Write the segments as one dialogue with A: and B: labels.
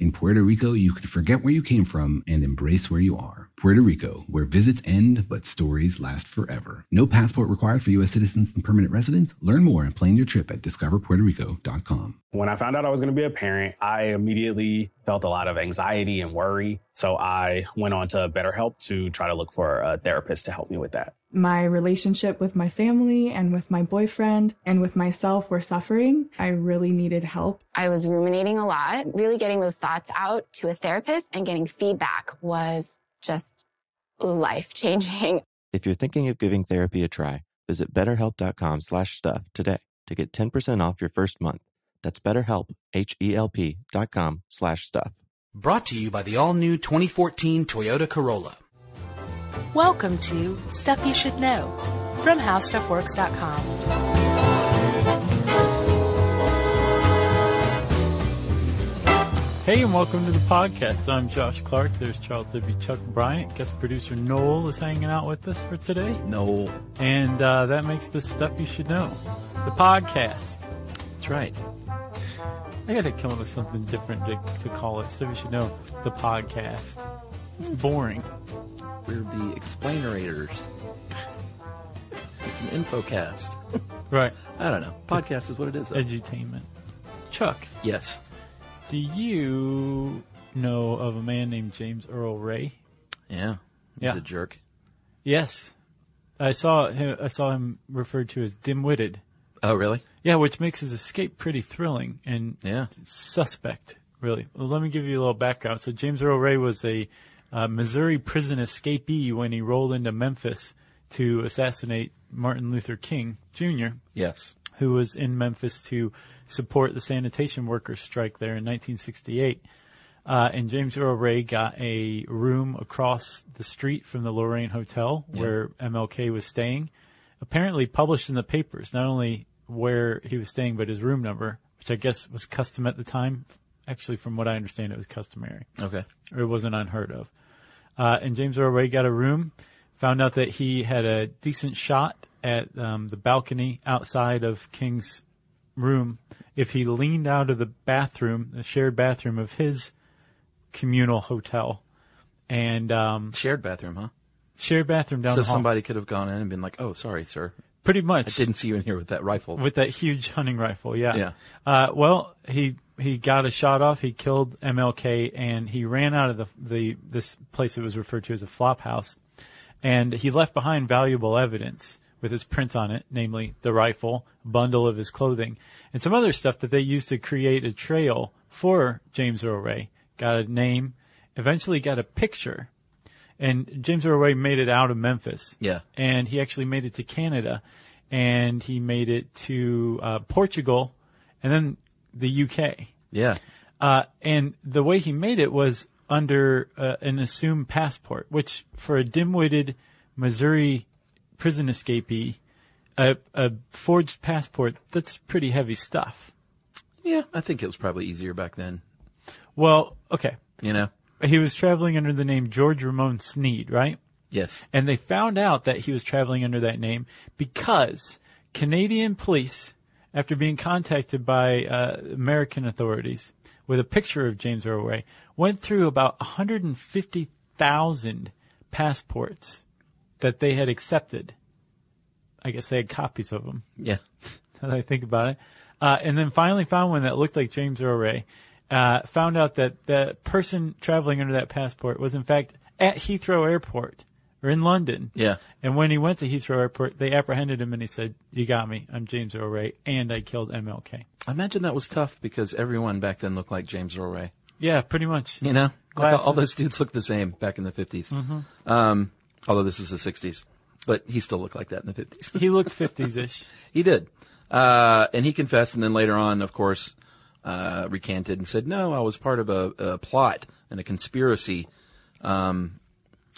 A: In Puerto Rico, you can forget where you came from and embrace where you are. Puerto Rico, where visits end but stories last forever. No passport required for U.S. citizens and permanent residents. Learn more and plan your trip at discoverpuertorico.com.
B: When I found out I was going to be a parent, I immediately felt a lot of anxiety and worry. So I went on to BetterHelp to try to look for a therapist to help me with that.
C: My relationship with my family and with my boyfriend and with myself were suffering. I really needed help.
D: I was ruminating a lot. Really getting those thoughts out to a therapist and getting feedback was just life changing.
E: If you're thinking of giving therapy a try, visit betterhelp.com slash stuff today to get 10% off your first month. That's betterhelp, H-E-L-P dot com slash stuff.
F: Brought to you by the all-new 2014 Toyota Corolla.
G: Welcome to Stuff You Should Know from HowStuffWorks.com.
H: Hey, and welcome to the podcast. I'm Josh Clark. There's Charles W. Chuck Bryant. Guest producer Noel is hanging out with us for today.
I: No,
H: And uh, that makes this stuff you should know. The podcast.
I: that's right.
H: I gotta come up with something different to, to call it. Stuff you should know. The podcast. It's boring.
I: We're the explainerators. It's an infocast.
H: Right.
I: I don't know. Podcast is what it is. though.
H: Edutainment. Chuck,
I: yes.
H: do you know of a man named James Earl Ray?
I: Yeah. He's
H: Yeah.
I: a jerk.
H: Yes. I saw him, I saw him referred to as dim-witted.
I: Oh, really?
H: Yeah, which makes his escape pretty thrilling and
I: Yeah.
H: suspect, really. Well, let me give you a little background. So James Earl Ray was a uh, Missouri prison escapee when he rolled into Memphis to assassinate Martin Luther King Jr.,
I: Yes.
H: who was in Memphis to support the sanitation workers strike there in 1968. Uh, and James Earl Ray got a room across the street from the Lorraine Hotel where MLK was staying. Apparently published in the papers, not only where he was staying, but his room number, which I guess was custom at the time. Actually, from what I understand, it was customary
I: Okay.
H: or it wasn't unheard of. Uh, and James Earl Ray got a room, found out that he had a decent shot at um, the balcony outside of King's room if he leaned out of the bathroom, the shared bathroom of his communal hotel, and um,
I: Shared bathroom, huh?
H: shared bathroom down
I: so
H: the hall.
I: somebody could have gone in and been like, "Oh, sorry, sir.
H: pretty
I: I
H: much
I: didn't see you in here with that rifle."
H: with that huge hunting rifle. Yeah.
I: Yeah.
H: Uh, well, he he got a shot off. He killed MLK, and he ran out of the the this place that was referred to as a flop house, and he left behind valuable evidence with his print on it, namely the rifle, a bundle of his clothing, and some other stuff that they used to create a trail for James Earl Ray. Got a name, eventually got a picture. And James Earl Ray made it out of Memphis
I: Yeah.
H: and he actually made it to Canada, and he made it to uh, Portugal, and then the UK.
I: yeah.
H: Uh, and the way he made it was under uh, an assumed passport, which for a dim-witted Missouri prison escapee, a, a forged passport, that's pretty heavy stuff.
I: Yeah. I think it was probably easier back then.
H: Well, okay.
I: You know.
H: He was traveling under the name George Ramon Sneed, right?
I: Yes.
H: And they found out that he was traveling under that name because Canadian police, after being contacted by uh, American authorities with a picture of James Earl Ray, went through about 150,000 passports that they had accepted. I guess they had copies of them
I: Yeah.
H: now that I think about it. Uh, and then finally found one that looked like James Earl Ray. Uh, found out that the person traveling under that passport was in fact at Heathrow Airport or in London.
I: Yeah.
H: And when he went to Heathrow Airport, they apprehended him and he said, "You got me. I'm James Earl Ray, and I killed MLK."
I: I imagine that was tough because everyone back then looked like James Earl Ray.
H: Yeah, pretty much.
I: You know, like all,
H: Glasses.
I: all those dudes looked the same back in the 50s Um, although this was the sixties, but he still looked like that in the fifties.
H: He looked 50s ish.
I: he did, uh, and he confessed, and then later on, of course, uh, recanted and said, "No, I was part of a, a plot and a conspiracy." Um,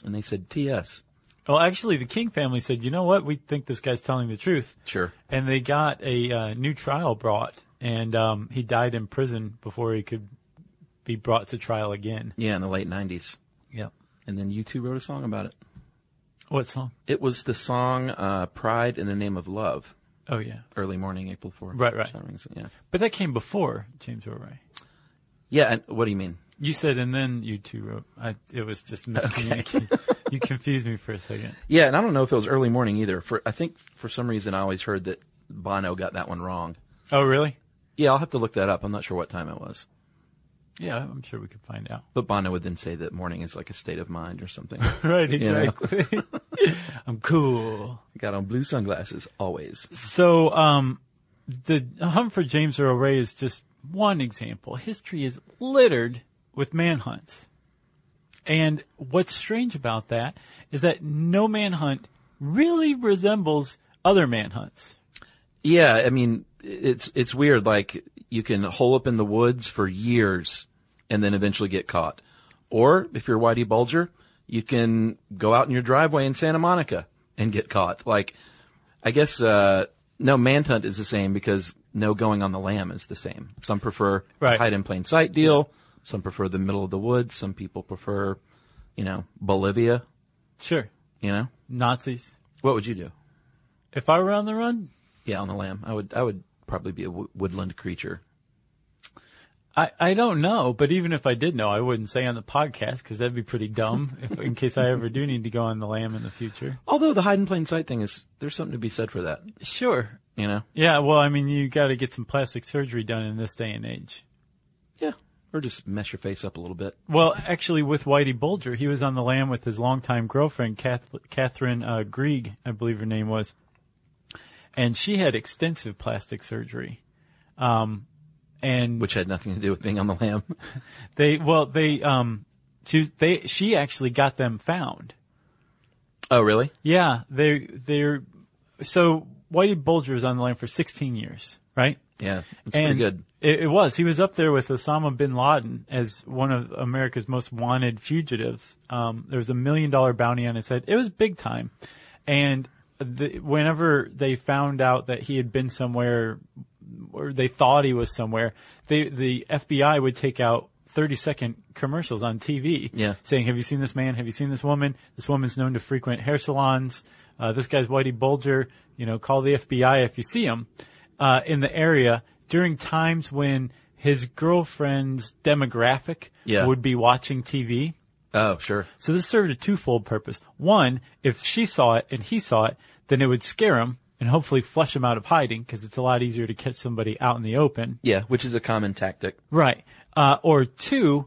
I: And they said, TS.
H: Well, actually, the King family said, you know what? We think this guy's telling the truth.
I: Sure.
H: And they got a uh, new trial brought, and um, he died in prison before he could be brought to trial again.
I: Yeah, in the late 90s.
H: Yep.
I: And then you two wrote a song about it.
H: What song?
I: It was the song uh, Pride in the Name of Love,
H: Oh, yeah.
I: early morning, April 4th.
H: Right, right.
I: That rings- Yeah.
H: But that came before James Earl Ray.
I: Yeah, and what do you mean?
H: You said, and then you two wrote. I, it was just miscommunication. you confused me for a second.
I: Yeah, and I don't know if it was early morning either. For I think for some reason I always heard that Bono got that one wrong.
H: Oh, really?
I: Yeah, I'll have to look that up. I'm not sure what time it was.
H: Yeah, I'm sure we could find out.
I: But Bono would then say that morning is like a state of mind or something.
H: Right,
I: know.
H: exactly. I'm cool.
I: got on blue sunglasses always.
H: So, um, the hunt for James Earl Ray is just one example. History is littered with manhunts. And what's strange about that is that no manhunt really resembles other manhunts.
I: Yeah, I mean, it's it's weird. Like you can hole up in the woods for years and then eventually get caught, or if you're Whitey Bulger, you can go out in your driveway in Santa Monica and get caught. Like, I guess uh, no manhunt is the same because no going on the lam is the same. Some prefer
H: Right.
I: hide in plain sight deal. Some prefer the middle of the woods. Some people prefer, you know, Bolivia.
H: Sure.
I: You know,
H: Nazis.
I: what would you do?
H: If I were on the run,
I: Yeah, on the lam, I would I would probably be a w- woodland creature.
H: I, I don't know, but even if I did know, I wouldn't say on the podcast because that'd be pretty dumb if, in case I ever do need to go on the lamb in the future.
I: Although the hide in plain sight thing is, there's something to be said for that.
H: Sure.
I: You know?
H: Yeah, well, I mean, you got to get some plastic surgery done in this day and age.
I: Yeah. Or just mess your face up a little bit.
H: Well, actually, with Whitey Bulger, he was on the lam with his longtime girlfriend, Cath- Catherine uh, Grieg, I believe her name was. And she had extensive plastic surgery. Um, and
I: Which had nothing to do with being on the lam.
H: they, well, they, um, she, they, she actually got them found.
I: Oh, really?
H: Yeah, they they're so Whitey Bulger was on the line for 16 years, right?
I: Yeah. It's
H: and
I: pretty good.
H: It, it was. He was up there with Osama bin Laden as one of America's most wanted fugitives. Um, there was a million dollar bounty on his head. It was big time. And the, whenever they found out that he had been somewhere, or they thought he was somewhere, they, the FBI would take out 30 second commercials on TV
I: Yeah.
H: saying, Have you seen this man? Have you seen this woman? This woman's known to frequent hair salons. Uh, this guy's Whitey Bulger. You know, call the FBI if you see him uh, in the area during times when his girlfriend's demographic
I: Yeah.
H: would be watching TV.
I: Oh, sure.
H: So this served a twofold purpose. One, if she saw it and he saw it, then it would scare him and hopefully flush him out of hiding because it's a lot easier to catch somebody out in the open.
I: Yeah. Which is a common tactic.
H: Right. Uh, or two,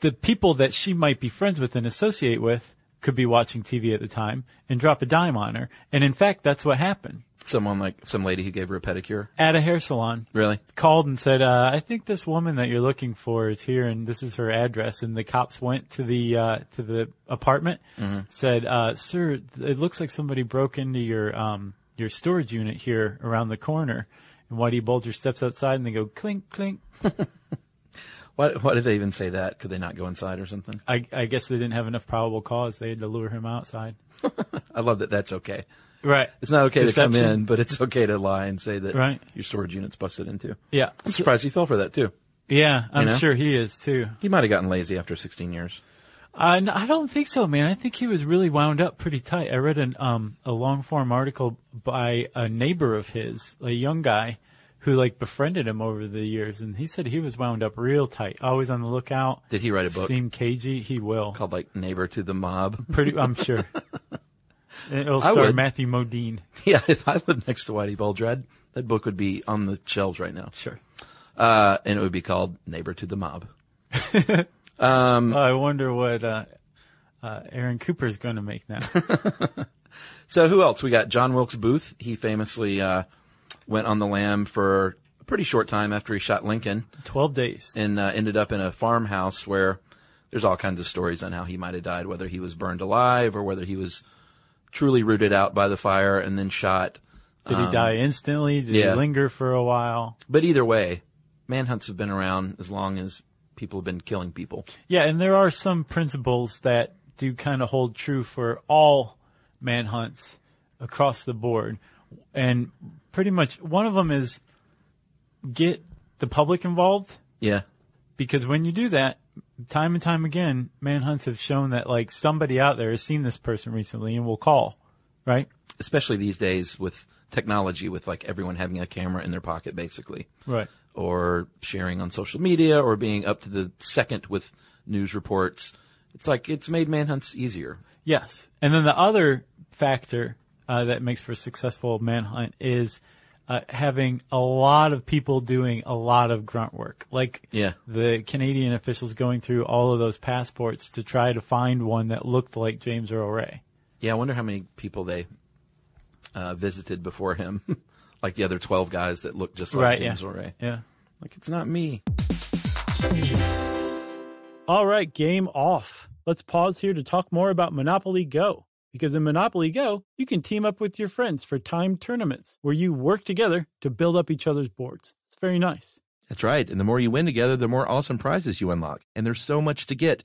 H: the people that she might be friends with and associate with could be watching TV at the time and drop a dime on her. And in fact, that's what happened
I: Someone like some lady who gave her a pedicure.
H: at a hair salon.
I: Really?
H: Called and said, uh, I think this woman that you're looking for is here and this is her address. And the cops went to the, uh, to the apartment,
I: Mm-hmm.
H: said, uh, sir, it looks like somebody broke into your, um, your storage unit here around the corner. And Whitey Bulger steps outside and they go clink, clink,
I: Why, why did they even say that? Could they not go inside or something?
H: I, I guess they didn't have enough probable cause. They had to lure him outside.
I: I love that that's okay.
H: Right.
I: It's not okay to
H: Deception.
I: come in, but it's okay to lie and say that
H: Right.
I: your storage unit's busted into.
H: Yeah.
I: I'm surprised he fell for that too.
H: Yeah. I'm
I: know?
H: sure he is too.
I: He might have gotten lazy after 16 years.
H: Uh, n- I don't think so, man. I think he was really wound up pretty tight. I read an, um, a long form article by a neighbor of his, a young guy who like befriended him over the years. And he said he was wound up real tight, always on the lookout.
I: Did he write a book
H: Seem cagey. He will.
I: called like Neighbor to the Mob?
H: Pretty, I'm sure. It'll
I: I
H: star
I: would.
H: Matthew Modine.
I: yeah. If I lived next to Whitey Bulger, I'd- that book would be on the shelves right now.
H: Sure.
I: Uh, and it would be called Neighbor to the Mob. Um,
H: I wonder what, uh, uh, Aaron Cooper's going to make now.
I: So who else? We got John Wilkes Booth. He famously, uh, went on the lam for a pretty short time after he shot Lincoln
H: 12 days.
I: and, uh, ended up in a farmhouse where there's all kinds of stories on how he might have died, whether he was burned alive or whether he was truly rooted out by the fire and then shot.
H: Did he die instantly? Did
I: um, yeah.
H: he linger for a while?
I: But either way, manhunts have been around as long as people have been killing people.
H: Yeah, and there are some principles that do kind of hold true for all manhunts across the board. And pretty much one of them is get the public involved
I: Yeah.
H: because when you do that, time and time again, manhunts have shown that like somebody out there has seen this person recently and will call, right?
I: Especially these days with technology, with like everyone having a camera in their pocket, basically.
H: Right.
I: or sharing on social media or being up to the second with news reports. It's like it's made manhunts easier.
H: Yes. And then the other factor uh, that makes for a successful manhunt is uh, having a lot of people doing a lot of grunt work. Like
I: Yeah.
H: the Canadian officials going through all of those passports to try to find one that looked like James Earl Ray.
I: Yeah, I wonder how many people they uh, visited before him, like the other twelve guys that looked just like James
H: yeah.
I: Earl Ray.
H: Yeah.
I: Like it's not me.
J: All right, game off. Let's pause here to talk more about Monopoly Go. Because in Monopoly Go, you can team up with your friends for timed tournaments where you work together to build up each other's boards. It's very nice.
I: That's right. And the more you win together, the more awesome prizes you unlock. And there's so much to get.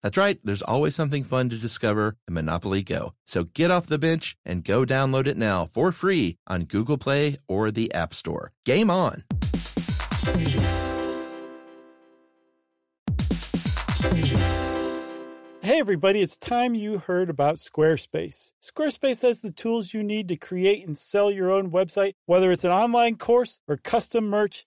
I: That's right, there's always something fun to discover in Monopoly Go. So get off the bench and go download it now for free on Google Play or the App Store. Game on!
J: Hey everybody, it's time you heard about Squarespace. Squarespace has the tools you need to create and sell your own website, whether it's an online course or custom merch,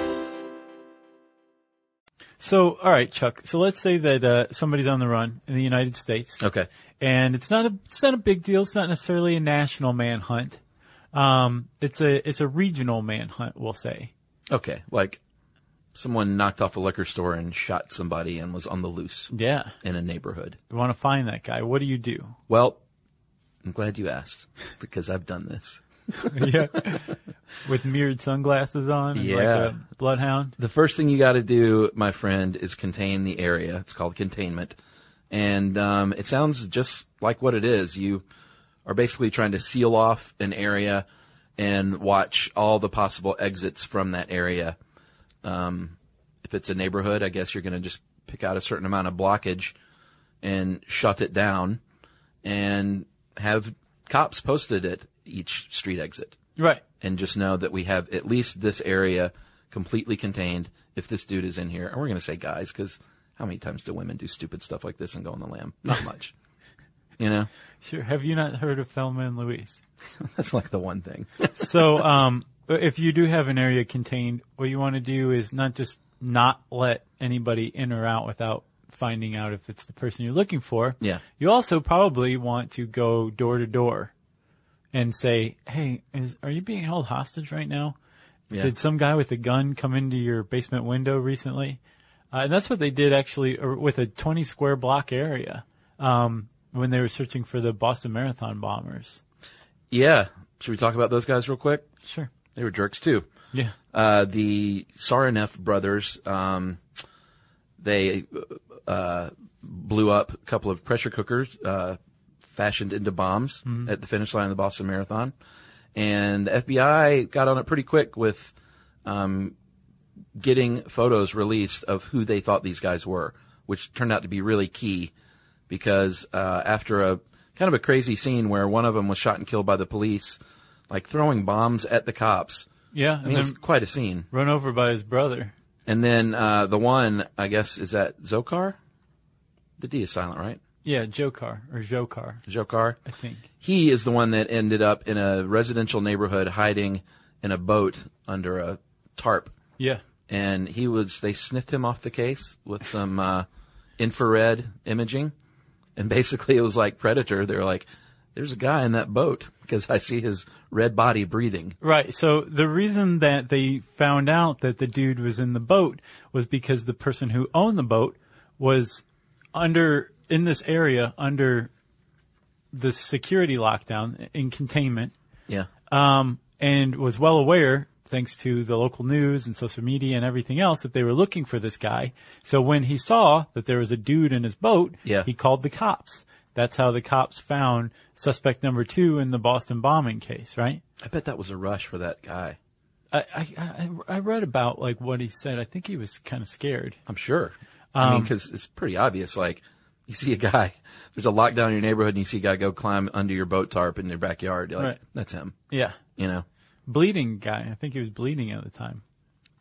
H: So, all right, Chuck. So let's say that uh, somebody's on the run in the United States.
I: Okay.
H: and it's not a it's not a big deal. It's not necessarily a national manhunt. Um, it's a it's a regional manhunt, we'll say.
I: Okay. Like someone knocked off a liquor store and shot somebody and was on the loose
H: Yeah,
I: in a neighborhood.
H: you want to find that guy. What do you do?
I: Well, I'm glad you asked because I've done this.
H: yeah, with mirrored sunglasses on. And like
I: Yeah.
H: a bloodhound.
I: The first thing you got to do, my friend, is contain the area. It's called containment. And um, it sounds just like what it is. You are basically trying to seal off an area and watch all the possible exits from that area. Um, if it's a neighborhood, I guess you're going to just pick out a certain amount of blockage and shut it down and have cops posted at each street exit
H: Right.
I: and just know that we have at least this area completely contained if this dude is in here. And we're going to say guys because how many times do women do stupid stuff like this and go on the lam? Not much. you know,
H: Sure. Have you not heard of Thelma and Louise?
I: that's like the one thing.
H: So, um, if you do have an area contained, what you want to do is not just not let anybody in or out without finding out if it's the person you're looking for.
I: Yeah.
H: You also probably want to go door to door and say, Hey, is, are you being held hostage right now?
I: Yeah.
H: Did some guy with a gun come into your basement window recently? Uh, and that's what they did actually or with a 20 square block area. Um, when they were searching for the Boston Marathon bombers.
I: yeah. Should we talk about those guys real quick?
H: Sure.
I: They were jerks too.
H: Yeah.
I: Uh, the Sarinef brothers, um, they uh, blew up a couple of pressure cookers uh, fashioned into bombs
H: Mm-hmm.
I: at the finish line of the Boston Marathon, and the FBI got on it pretty quick with um, getting photos released of who they thought these guys were, which turned out to be really key because uh, after a kind of a crazy scene where one of them was shot and killed by the police, like throwing bombs at the cops.
H: Yeah,
I: I
H: and
I: mean, it's
H: then-
I: quite a scene.
H: Run over by his brother.
I: And then uh, the one, I guess, is that Zokar. The D is silent, right?
H: Yeah, Jokar or Jokar.
I: Jokar. I
H: think.
I: He is the one that ended up in a residential neighborhood hiding in a boat under a tarp.
H: Yeah.
I: And he was, they sniffed him off the case with some uh, infrared imaging. And basically it was like Predator. They were like, there's a guy in that boat because I see his red body breathing.
H: Right. So the reason that they found out that the dude was in the boat was because the person who owned the boat was under in this area under the security lockdown in containment.
I: Yeah.
H: Um, and was well aware thanks to the local news and social media and everything else that they were looking for this guy. So when he saw that there was a dude in his boat,
I: Yeah.
H: he called the cops. That's how the cops found suspect number two in the Boston bombing case, right?
I: I bet that was a rush for that guy.
H: I, I, I I read about like what he said. I think he was kind of scared.
I: I'm sure. I mean,
H: Um,
I: because it's pretty obvious. Like, you see a guy, there's a lockdown in your neighborhood, and you see a guy go climb under your boat tarp in your backyard. You're like,
H: Right.
I: that's him.
H: Yeah.
I: You know,
H: Bleeding guy. I think he was bleeding at the time.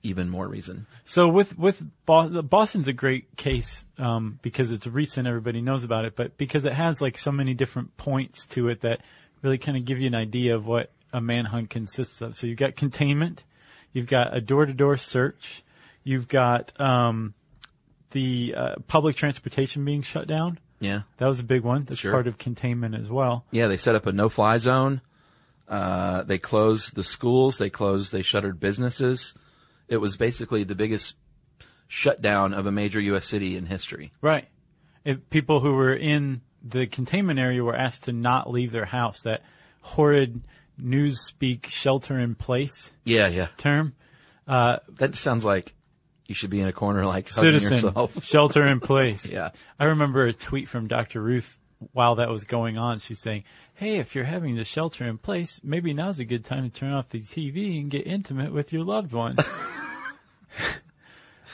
I: even more reason.
H: So with with Bo- Boston's a great case um, because it's recent, everybody knows about it, but because it has like so many different points to it that really kind of give you an idea of what a manhunt consists of. So you've got containment, you've got a door to door search, you've got um, the uh, public transportation being shut down.
I: Yeah.
H: That was a big one. That's
I: Sure.
H: part of containment as well.
I: Yeah, they set up a no fly zone. Uh, they closed the schools. They closed, they shuttered businesses. It was basically the biggest shutdown of a major U.S. city in history.
H: Right. If people who were in the containment area were asked to not leave their house, that horrid news speak shelter in place
I: Yeah, yeah.
H: term. Uh,
I: That sounds like you should be in a corner, like, hugging
H: citizen
I: yourself.
H: shelter in place.
I: Yeah.
H: I remember a tweet from Dr. Ruth while that was going on. She's saying, Hey, if you're having the shelter in place, maybe now's a good time to turn off the TV and get intimate with your loved one.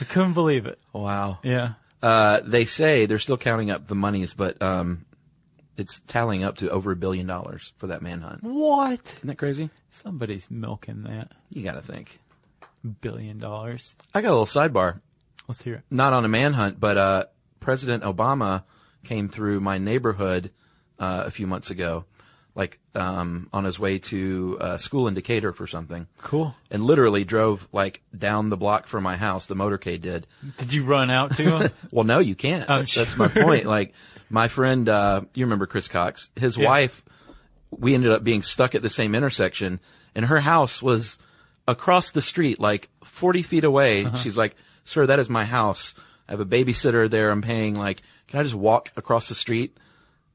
H: I couldn't believe it.
I: Wow.
H: Yeah.
I: Uh, they say they're still counting up the monies, but um, it's tallying up to over a billion dollars for that manhunt.
H: What?
I: Isn't that crazy?
H: Somebody's milking that
I: You got to think.
H: billion dollars.
I: I got a little sidebar.
H: Let's hear it.
I: Not on a manhunt, but uh, President Obama came through my neighborhood uh, a few months ago, like um, on his way to uh, school in Decatur for something,
H: Cool.
I: and literally drove like down the block from my house. The motorcade did.
H: Did you run out to him?
I: Well, no, you can't.
H: Oh,
I: that's, that's my
H: sure.
I: point. Like my friend, uh, you remember Chris Cox? His
H: Yeah.
I: wife, we ended up being stuck at the same intersection, and her house was across the street, like forty feet away.
H: Uh-huh.
I: She's like, "Sir, that is my house. I have a babysitter there. I'm paying. Like, can I just walk across the street?"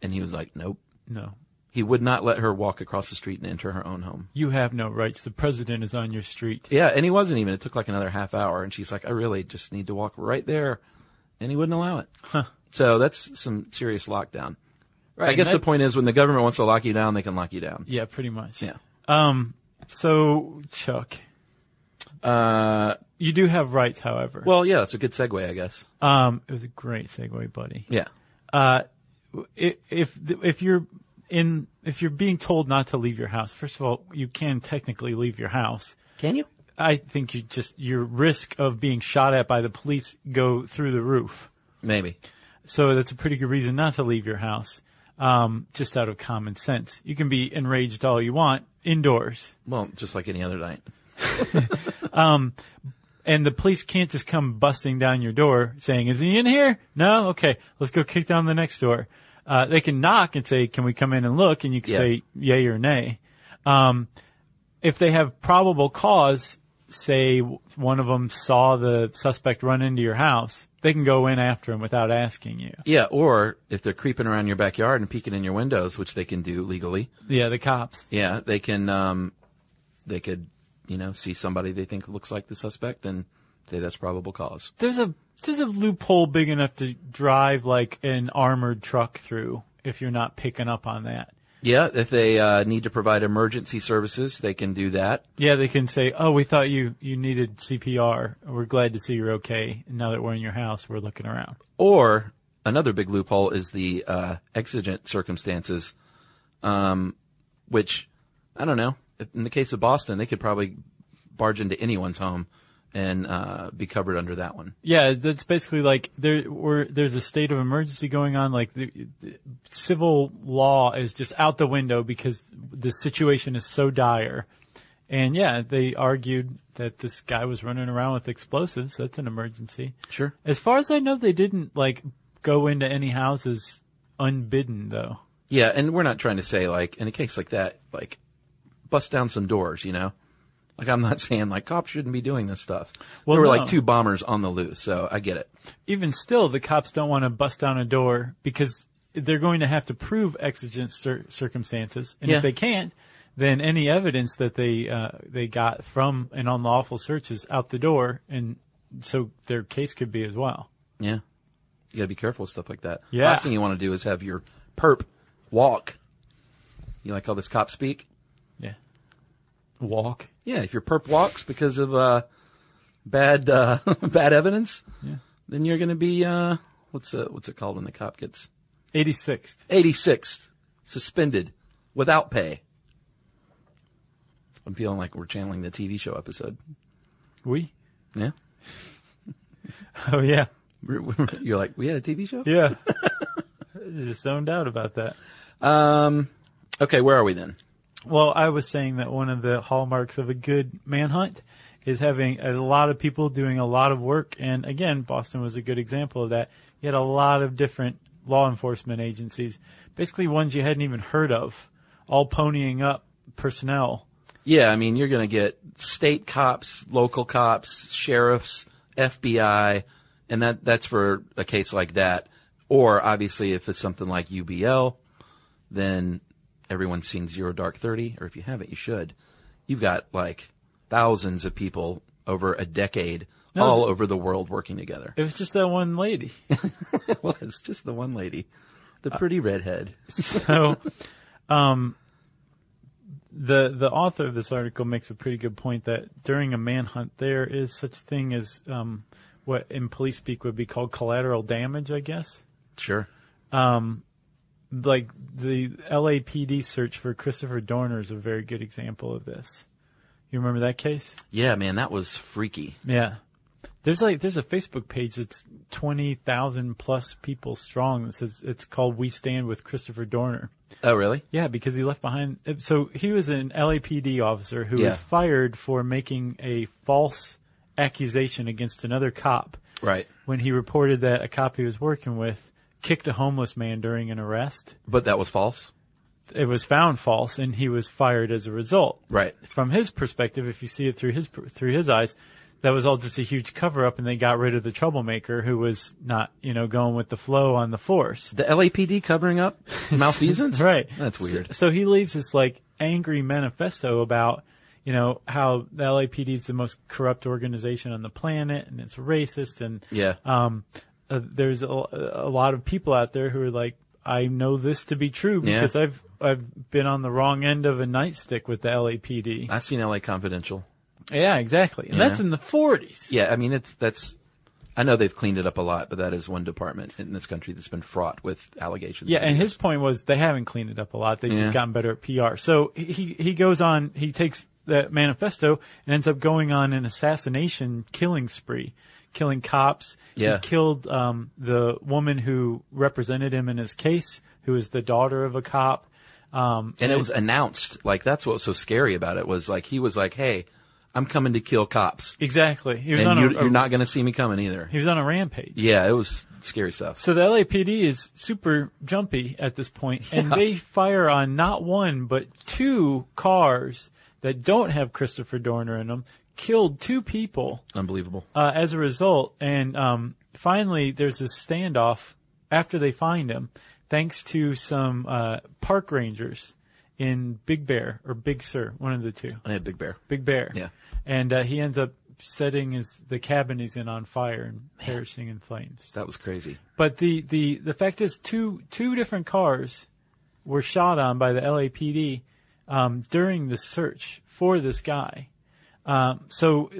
I: And he was like, "Nope."
H: no.
I: He would not let her walk across the street and enter her own home.
H: You have no rights. The president is on your street.
I: Yeah, and he wasn't even. It took like another half hour, and she's like, "I really just need to walk right there," and he wouldn't allow it. So that's some serious lockdown. I
H: Right,
I: guess
H: and
I: the
H: that-
I: point is when the government wants to lock you down, they can lock you down.
H: Yeah, pretty much.
I: Yeah.
H: Um, so, Chuck,
I: Uh,
H: you do have rights, however.
I: well, yeah, that's a good segue, I guess.
H: um, it was a great segue, buddy.
I: Yeah.
H: Uh, i- if, if you're in, if you're being told not to leave your house, first of all, you can technically leave your house.
I: Can you?
H: I think you just, your risk of being shot at by the police go through the roof.
I: Maybe.
H: So that's a pretty good reason not to leave your house, um, just out of common sense. You can be enraged all you want indoors,
I: Well, just like any other night.
H: and the police can't just come busting down your door saying, "Is he in here?" No, okay, let's go kick down the next door. Uh, they can knock and say, "Can we come in and look?" And you can
I: Yeah.
H: say yay or nay. Um, if they have probable cause, say w- one of them saw the suspect run into your house, they can go in after him without asking you.
I: Yeah, or if they're creeping around your backyard and peeking in your windows, which they can do legally.
H: Yeah, the cops.
I: Yeah, they can. Um, they could, you know, see somebody they think looks like the suspect and say that's probable cause.
H: there's a there's a loophole big enough to drive like an armored truck through if you're not picking up on that.
I: Yeah, if they uh, need to provide emergency services, they can do that.
H: Yeah, they can say, "Oh, we thought you you needed CPR. We're glad to see you're okay. And now that we're in your house, we're looking around."
I: Or another big loophole is the uh, exigent circumstances, um, which I don't know. In the case of Boston, they could probably barge into anyone's home and uh, be covered under that one.
H: Yeah, that's basically like there we there's a state of emergency going on. Like the, the civil law is just out the window because the situation is so dire. And yeah, they argued that this guy was running around with explosives. That's an emergency.
I: Sure.
H: As far as I know, they didn't like go into any houses unbidden though.
I: Yeah, and we're not trying to say like in a case like that, like bust down some doors, you know. Like I'm not saying like cops shouldn't be doing this stuff.
H: Well,
I: there were
H: no.
I: like two bombers on the loose, so I get it.
H: Even still, the cops don't want to bust down a door because they're going to have to prove exigent cir- circumstances, and
I: Yeah.
H: if they can't, then any evidence that they uh, they got from an unlawful search is out the door, and so their case could be as well.
I: Yeah. You gotta be careful with stuff like that.
H: Yeah.
I: Last thing you want to do is have your perp walk. You like all this cop speak?
H: Yeah. Walk.
I: Yeah, if your perp walks because of uh, bad uh, bad evidence,
H: Yeah.
I: then you're gonna be uh, what's uh, what's it called when the cop gets
H: Eighty sixth.
I: eighty sixth suspended without pay. I'm feeling like we're channeling the TV show episode.
H: We.
I: Yeah.
H: Oh yeah.
I: You're like, we had a TV show?
H: Yeah. I just zoned out about that.
I: Um, okay, where are we then?
H: Well, I was saying that one of the hallmarks of a good manhunt is having a lot of people doing a lot of work. And again, Boston was a good example of that. You had a lot of different law enforcement agencies, basically ones you hadn't even heard of, all ponying up personnel.
I: Yeah, I mean, you're going to get state cops, local cops, sheriffs, FBI, and that that's for a case like that. Or obviously, if it's something like UBL, then everyone's seen Zero Dark Thirty, or if you haven't, you should. You've got like thousands of people over a decade
H: No,
I: all
H: it's-
I: over the world working together.
H: It was just that one lady.
I: well, it's just the one lady, the pretty redhead.
H: So, um, the the author of this article makes a pretty good point that during a manhunt, there is such thing as um, what in police speak would be called collateral damage, I guess.
I: Sure.
H: Um, like the LAPD search for Christopher Dorner is a very good example of this. You remember that case?
I: Yeah, man, that was freaky.
H: Yeah. There's like there's a Facebook page that's twenty thousand plus people strong that says it's called We Stand with Christopher Dorner.
I: Oh, really?
H: Yeah, because he left behind. So he was an LAPD officer who
I: Yeah.
H: was fired for making a false accusation against another cop
I: Right.
H: when he reported that a cop he was working with kicked a homeless man during an arrest.
I: But that was false.
H: It was found false, and he was fired as a result.
I: Right.
H: From his perspective, if you see it through his through his eyes, that was all just a huge cover up, and they got rid of the troublemaker who was not, you know, going with the flow on the force.
I: The LAPD covering up malfeasance?
H: right.
I: That's weird.
H: So, so he leaves this like angry manifesto about, you know, how the LAPD is the most corrupt organization on the planet and it's racist and
I: Yeah.
H: um, uh, there's a, a lot of people out there who are like, I know this to be true
I: Yeah.
H: because I've I've been on the wrong end of a nightstick with the LAPD.
I: I've seen LA Confidential.
H: Yeah, exactly. And that's
I: Yeah.
H: in the 40s.
I: Yeah, I mean it's that's I know they've cleaned it up a lot, but that is one department in this country that's been fraught with allegations.
H: Yeah, and his point was they haven't cleaned it up a lot. They've
I: Yeah.
H: just gotten better at PR. So he he goes on. He takes that manifesto and ends up going on an assassination killing spree, killing cops.
I: Yeah.
H: He killed um, the woman who represented him in his case, who was the daughter of a cop. Um,
I: and it was announced like that's what was so scary about it was like he was like, "Hey, I'm coming to kill cops."
H: exactly. He was
I: and
H: on
I: you're,
H: a, a-
I: you're not going to see me coming either.
H: He was on a rampage.
I: Yeah, it was scary stuff.
H: So the LAPD is super jumpy at this point, and they fire on not one but two cars that don't have Christopher Dorner in them. Killed two people
I: Unbelievable.
H: uh, as a result, and um, finally there's this standoff after they find him, thanks to some uh, park rangers in Big Bear or Big Sur, one of the two.
I: I had Big Bear.
H: Big Bear.
I: Yeah.
H: and uh, he ends up setting his the cabin he's in on fire and perishing in flames.
I: That was crazy.
H: But the, the, the fact is, two two different cars were shot on by the LAPD um, during the search for this guy. Um, so uh,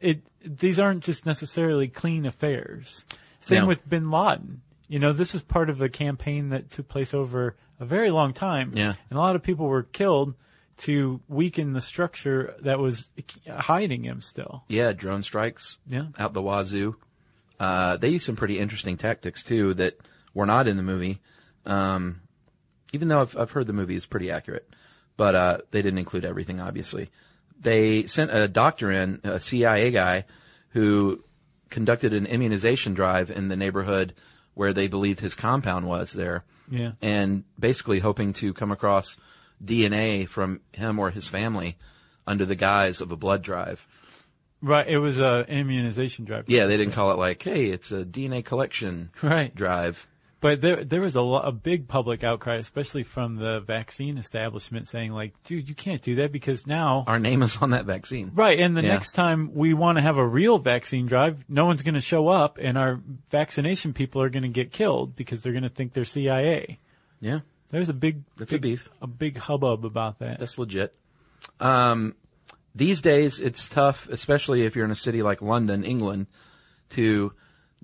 H: it, it- these aren't just necessarily clean affairs. Same
I: No.
H: with Bin Laden. You know, this was part of a campaign that took place over a very long time.
I: Yeah.
H: And a lot of people were killed to weaken the structure that was hiding him still.
I: Yeah, drone strikes.
H: Yeah.
I: Out the wazoo. Uh, they use some pretty interesting tactics too that were not in the movie. Um, even though I've, I've heard the movie is pretty accurate, but, uh, they didn't include everything, obviously. They sent a doctor in, a CIA guy, who conducted an immunization drive in the neighborhood where they believed his compound was there.
H: Yeah.
I: And basically hoping to come across DNA from him or his family under the guise of a blood drive.
H: Right. It was a immunization drive.
I: Yeah, they didn't call it like, hey, it's a DNA collection
H: Right.
I: drive.
H: But there, there was a, lo- a big public outcry, especially from the vaccine establishment, saying like, "Dude, you can't do that because now
I: Our name is on that vaccine.
H: Right, and the
I: Yeah.
H: next time we want to have a real vaccine drive, no one's going to show up, and our vaccination people are going to get killed because they're going to think they're CIA.
I: Yeah,
H: There's a big
I: That's a
H: big-
I: beef.
H: a big hubbub about that.
I: that's legit. Um, these days, it's tough, especially if you're in a city like London, England, to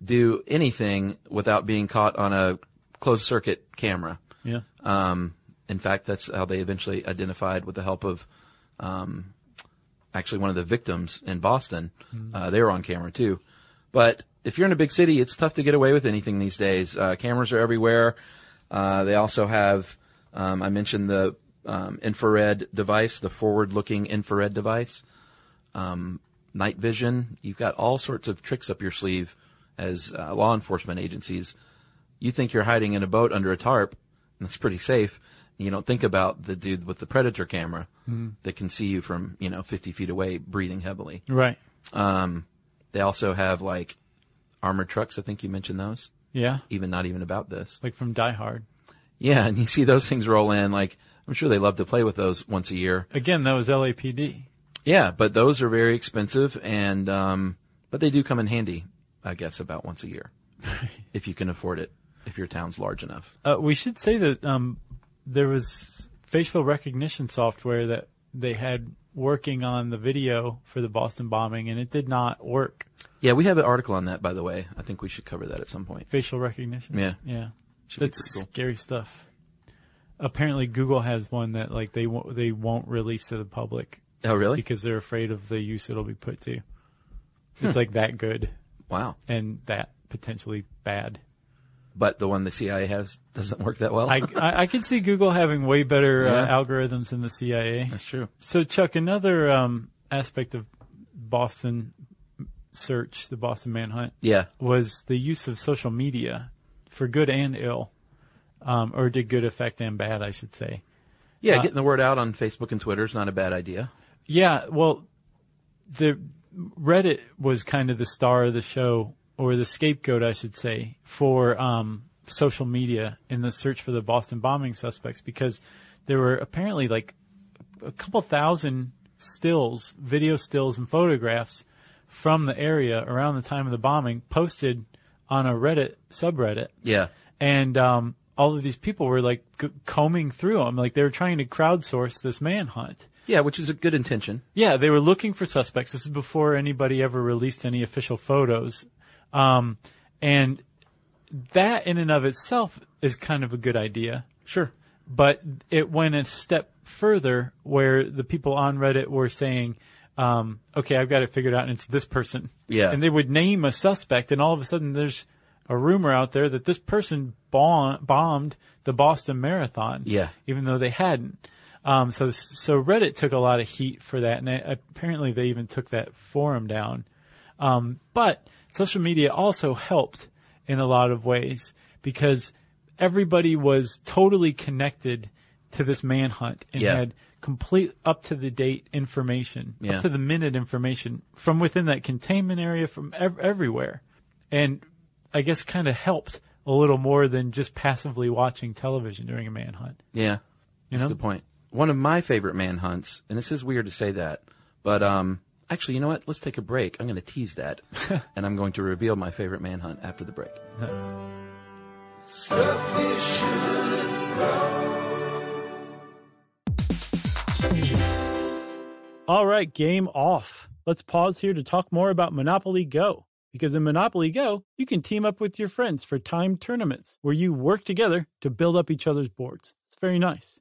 I: do anything without being caught on a closed circuit camera.
H: yeah,
I: Um, in fact, that's how they eventually identified with the help of, um, actually one of the victims in Boston. Uh, they were on camera too. But if you're in a big city, it's tough to get away with anything these days. Uh, cameras are everywhere. Uh, they also have, um, I mentioned the, um, infrared device, the forward looking infrared device, um, night vision. You've got all sorts of tricks up your sleeve as uh, law enforcement agencies you think you're hiding in a boat under a tarp, and that's pretty safe. and You don't think about the dude with the predator camera that can see you from, you know, 50 feet away breathing heavily.
H: right,
I: Um, they also have like armored trucks. I think you mentioned those,
H: yeah,
I: even not even about this.
H: like from Die Hard.
I: Yeah. And you see those things roll in. Like I'm sure they love to play with those once a year.
H: Again, that was LAPD.
I: Yeah. But those are very expensive and, um, but they do come in handy, I guess, about once a year if you can afford it, if your town's large enough.
H: Uh, we should say that um, there was facial recognition software that they had working on the video for the Boston bombing, and it did not work.
I: Yeah, we have an article on that, by the way. I think we should cover that at some point.
H: Facial recognition.
I: Yeah.
H: Yeah.
I: Should be
H: That's
I: pretty cool.
H: scary stuff. Apparently, Google has one that like they won't they won't release to the public
I: Oh, really?
H: because they're afraid of the use it'll be put to. It's like that good
I: Wow.
H: and that potentially bad.
I: But the one the CIA has doesn't work that well.
H: I I, I can see Google having way better uh,
I: Yeah.
H: algorithms than the CIA.
I: That's true.
H: So Chuck, another um, aspect of Boston search, the Boston manhunt,
I: Yeah.
H: was the use of social media for good and ill, um, or to good effect and bad, I should say.
I: Yeah, getting the word out on Facebook and Twitter is not a bad idea.
H: Yeah, well, the Reddit was kind of the star of the show, or the scapegoat, I should say, for um, social media in the search for the Boston bombing suspects because there were apparently like a couple thousand stills, video stills, and photographs from the area around the time of the bombing posted on a Reddit subreddit
I: Yeah.
H: and um, all of these people were like g- combing through them, like they were trying to crowdsource this manhunt.
I: Yeah, which is a good intention.
H: Yeah, they were looking for suspects. This is before anybody ever released any official photos, um, and that in and of itself is kind of a good idea.
I: Sure.
H: But it went a step further, where the people on Reddit were saying. Um, okay, I've got it figured out, and it's this person.
I: Yeah.
H: and they would name a suspect, and all of a sudden, there's a rumor out there that this person bom- bombed the Boston Marathon.
I: Yeah.
H: even though they hadn't. Um, so so Reddit took a lot of heat for that, and I, apparently they even took that forum down. Um, but social media also helped in a lot of ways because everybody was totally connected to this manhunt and
I: Yeah.
H: had complete up to the date information,
I: Yeah.
H: up to the minute information from within that containment area from ev- everywhere, and I guess kind of helped a little more than just passively watching television during a manhunt.
I: Yeah. That's
H: know?
I: a good point. One of my favorite manhunts, and this is weird to say that, but um, actually, you know what? Let's take a break. I'm going to tease that, and I'm going to reveal my favorite manhunt after the break.
H: That's-
J: All right, game off. Let's pause here to talk more about Monopoly Go. Because in Monopoly Go, you can team up with your friends for timed tournaments where you work together to build up each other's boards. It's very nice.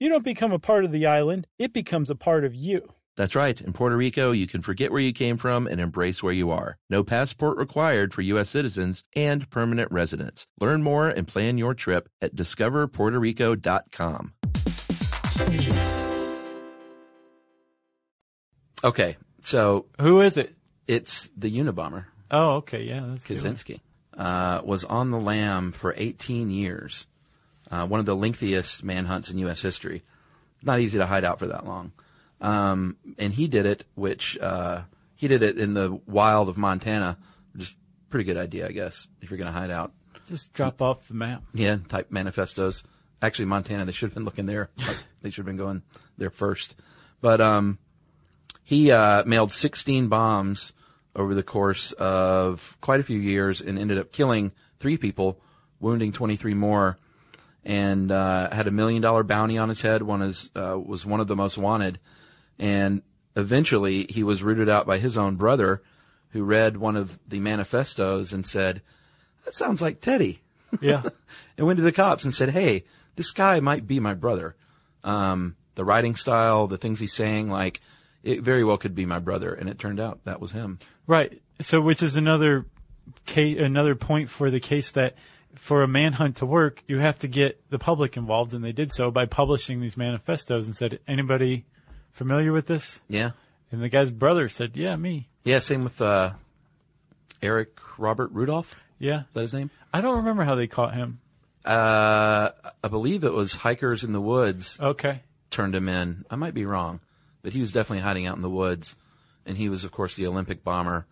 J: You don't become a part of the island, it becomes a part of you.
I: That's right. In Puerto Rico, you can forget where you came from and embrace where you are. No passport required for U.S. citizens and permanent residents. Learn more and plan your trip at discoverpuertorico.com. Okay, so
H: who is it?
I: It's the Unabomber.
H: Oh, okay, yeah, that's good.
I: Kaczynski uh, was on the lam for 18 years. Uh, one of the lengthiest manhunts in U.S. history. Not easy to hide out for that long. Um, and he did it, which, uh, he did it in the wild of Montana, which is a pretty good idea, I guess, if you're going to hide out.
H: Just drop off the map.
I: Yeah, type manifestos. Actually, Montana, they should have been looking there. Like, they should have been going there first. But, um, he, uh, mailed 16 bombs over the course of quite a few years and ended up killing three people, wounding 23 more and uh, had a million dollar bounty on his head. One is uh, was one of the most wanted, and eventually he was rooted out by his own brother, who read one of the manifestos and said, "That sounds like Teddy."
H: Yeah,
I: and went to the cops and said, "Hey, this guy might be my brother. Um, the writing style, the things he's saying, like it very well could be my brother." And it turned out that was him.
H: Right. So, which is another case, another point for the case that for a manhunt to work, you have to get the public involved, and they did so by publishing these manifestos and said, "Anybody familiar with this?"
I: Yeah.
H: And the guy's brother said, "Yeah, me."
I: Yeah, same with uh, Eric Robert Rudolph.
H: Yeah,
I: is that his name?
H: I don't remember how they caught him.
I: Uh, I believe it was hikers in the woods.
H: Okay.
I: Turned him in. I might be wrong, but he was definitely hiding out in the woods, and he was, of course, the Olympic bomber.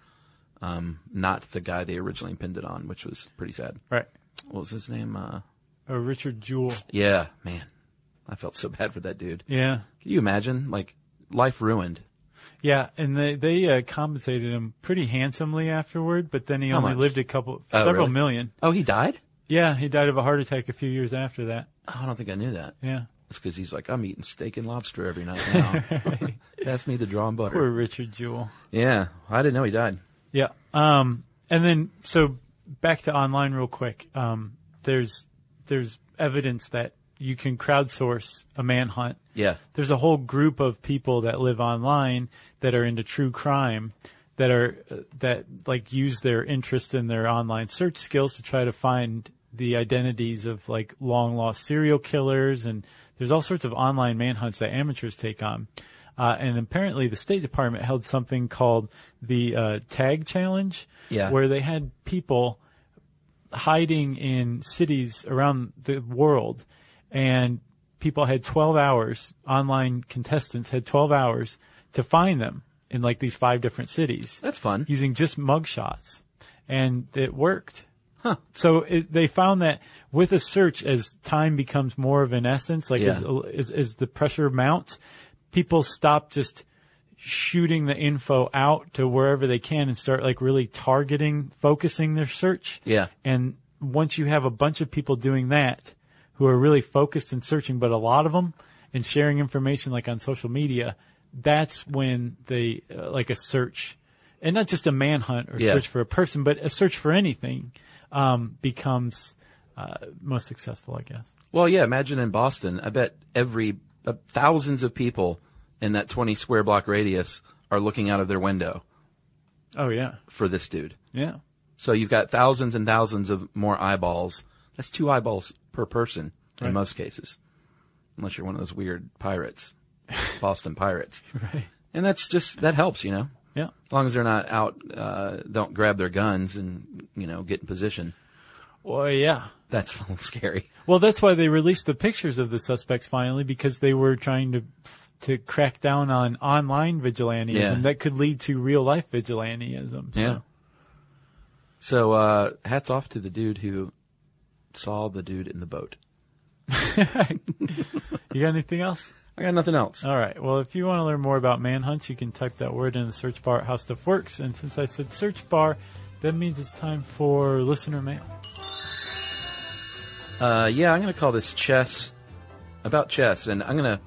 I: Um, not the guy they originally pinned it on, which was pretty sad.
H: Right
I: what was his name? Uh,
H: oh, Richard Jewell.
I: Yeah, man, I felt so bad for that dude.
H: Yeah,
I: can you imagine? Like life ruined.
H: Yeah, and they they uh, compensated him pretty handsomely afterward, but then he How only much? lived a couple, oh, several
I: really?
H: million.
I: Oh, he died.
H: Yeah, he died of a heart attack a few years after that.
I: Oh, I don't think I knew that.
H: Yeah,
I: it's because he's like, I'm eating steak and lobster every night now. Pass me the draw and butter.
H: Poor Richard Jewell.
I: Yeah, I didn't know he died.
H: Yeah. Um, and then so back to online real quick. Um, there's there's evidence that you can crowdsource a manhunt.
I: Yeah.
H: There's a whole group of people that live online that are into true crime that are uh, that like use their interest in their online search skills to try to find the identities of like long lost serial killers and there's all sorts of online manhunts that amateurs take on. Uh, and apparently the State Department held something called the uh, Tag Challenge,
I: yeah.
H: where they had people hiding in cities around the world, and people had 12 hours. Online contestants had 12 hours to find them in like these five different cities.
I: That's fun.
H: Using just mugshots, and it worked.
I: Huh.
H: So it, they found that with a search, as time becomes more of an essence, like
I: Yeah.
H: as, as as the pressure mounts, people stop just shooting the info out to wherever they can and start like really targeting, focusing their search.
I: Yeah.
H: And once you have a bunch of people doing that who are really focused and searching, but a lot of them and sharing information like on social media, that's when they uh, like a search and not just a manhunt or
I: Yeah.
H: search for a person, but a search for anything um, becomes uh, most successful, I guess.
I: Well, yeah, imagine in Boston, I bet every uh, thousands of people in that 20 square block radius are looking out of their window
H: Oh yeah,
I: for this dude.
H: yeah.
I: So you've got thousands and thousands of more eyeballs. That's two eyeballs per person in
H: Right.
I: most cases, unless you're one of those weird pirates, Boston pirates.
H: Right.
I: And that's just, that helps, you know?
H: Yeah.
I: As long as they're not out, uh, don't grab their guns and, you know, get in position.
H: Well, yeah.
I: That's a little scary.
H: Well, that's why they released the pictures of the suspects finally because they were trying to to crack down on online vigilantism
I: Yeah.
H: that could lead to real life vigilantism. So.
I: Yeah. So, uh, hats off to the dude who saw the dude in the boat.
H: You got anything else?
I: I got nothing else.
H: All right. Well, if you want to learn more about manhunts, you can type that word in the search bar at How Stuff Works. And since I said search bar, that means it's time for listener mail.
I: Uh, yeah, I'm going to call this chess about chess, and I'm going to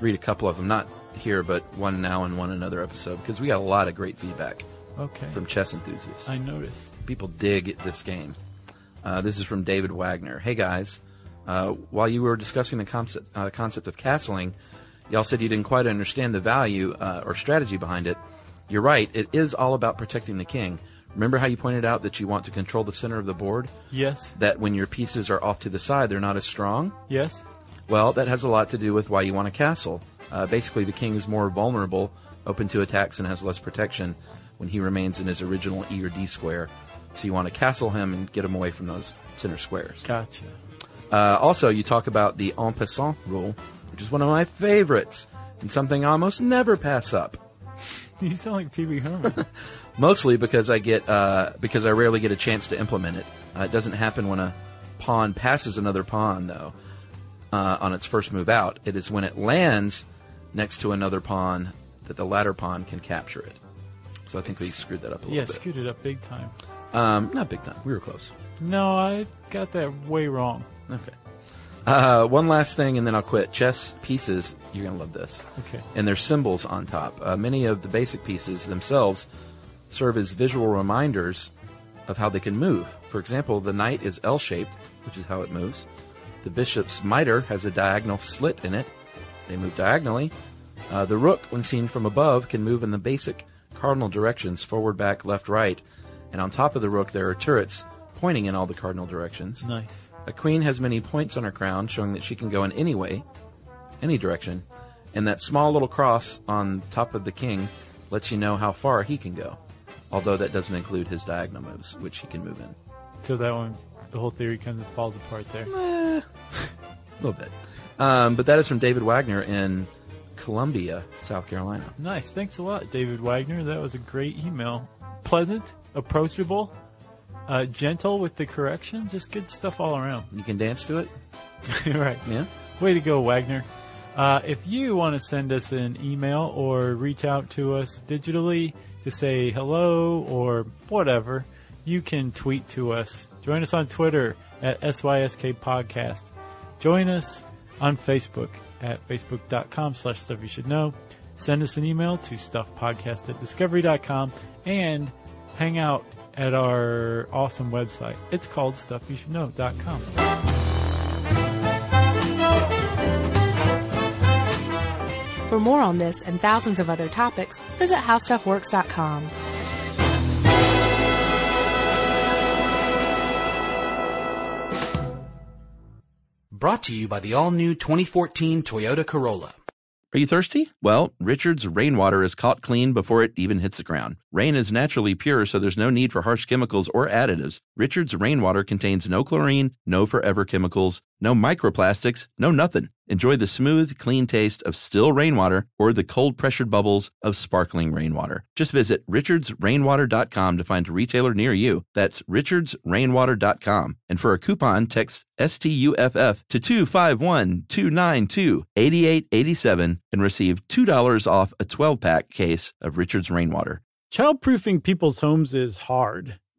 I: read a couple of them, not here, but one now and one another episode, because we got a lot of great feedback
H: Okay.
I: from chess enthusiasts.
H: I noticed.
I: People dig this game. Uh, this is from David Wagner. Hey guys, uh, while you were discussing the concept, uh, concept of castling, y'all said you didn't quite understand the value uh, or strategy behind it. You're right. It is all about protecting the king. Remember how you pointed out that you want to control the center of the board?
H: Yes.
I: That when your pieces are off to the side, they're not as strong?
H: Yes.
I: Well, that has a lot to do with why you want a castle. Uh, basically, the king is more vulnerable, open to attacks, and has less protection when he remains in his original E or D square. So you want to castle him and get him away from those center squares.
H: Gotcha.
I: Uh, also, you talk about the en passant rule, which is one of my favorites and something I almost never pass up.
H: You sound like Pee Wee Herman.
I: Mostly because I get uh, because I rarely get a chance to implement it. Uh, it doesn't happen when a pawn passes another pawn, though. Uh, on its first move out, it is when it lands next to another pawn that the latter pawn can capture it. So I think we screwed that up a little
H: yeah,
I: bit.
H: screwed it up big time.
I: Um, not big time. We were close.
H: No, I got that way wrong.
I: Okay. Uh, one last thing, and then I'll quit. Chess pieces. You're gonna love this.
H: Okay.
I: and their symbols on top. Uh, many of the basic pieces themselves serve as visual reminders of how they can move. For example, the knight is L shaped, which is how it moves. The bishop's mitre has a diagonal slit in it, they move diagonally. Uh, the rook, when seen from above, can move in the basic cardinal directions forward, back, left, right. And on top of the rook, there are turrets pointing in all the cardinal directions.
H: Nice.
I: A queen has many points on her crown, showing that she can go in any way, any direction, and that small little cross on top of the king lets you know how far he can go. Although that doesn't include his diagonal moves, which he can move in
H: So that one, the whole theory kind of falls apart there.
I: a Eh, little bit. Um, but that is from David Wagner in Columbia, South Carolina.
H: Nice. Thanks a lot, David Wagner. That was a great email. Pleasant, approachable, uh, gentle with the correction. Just good stuff all around.
I: You can dance to it,
H: right.
I: yeah.
H: Way to go, Wagner. Uh, if you want to send us an email or reach out to us digitally to say hello or whatever, you can tweet to us. Join us on Twitter at SYSK Podcast. Join us on Facebook at facebook.com slash stuff you should know. Send us an email to stuffpodcast at discovery.com and hang out at our awesome website. It's called stuffyoushouldknow.com.
G: For more on this and thousands of other topics, visit howstuffworks.com.
F: Brought to you by the all new 2014 Toyota Corolla.
I: Are you thirsty? Well, Richard's rainwater is caught clean before it even hits the ground. Rain is naturally pure, so there's no need for harsh chemicals or additives. Richard's rainwater contains no chlorine, no forever chemicals, no microplastics, no nothing. Enjoy the smooth, clean taste of still rainwater or the cold pressured bubbles of sparkling rainwater. Just visit richardsrainwater.com to find a retailer near you. That's richardsrainwater.com. And for a coupon, text STUFF to 251-292-8887 and receive $2 off a 12-pack case of Richards Rainwater.
J: Childproofing people's homes is hard,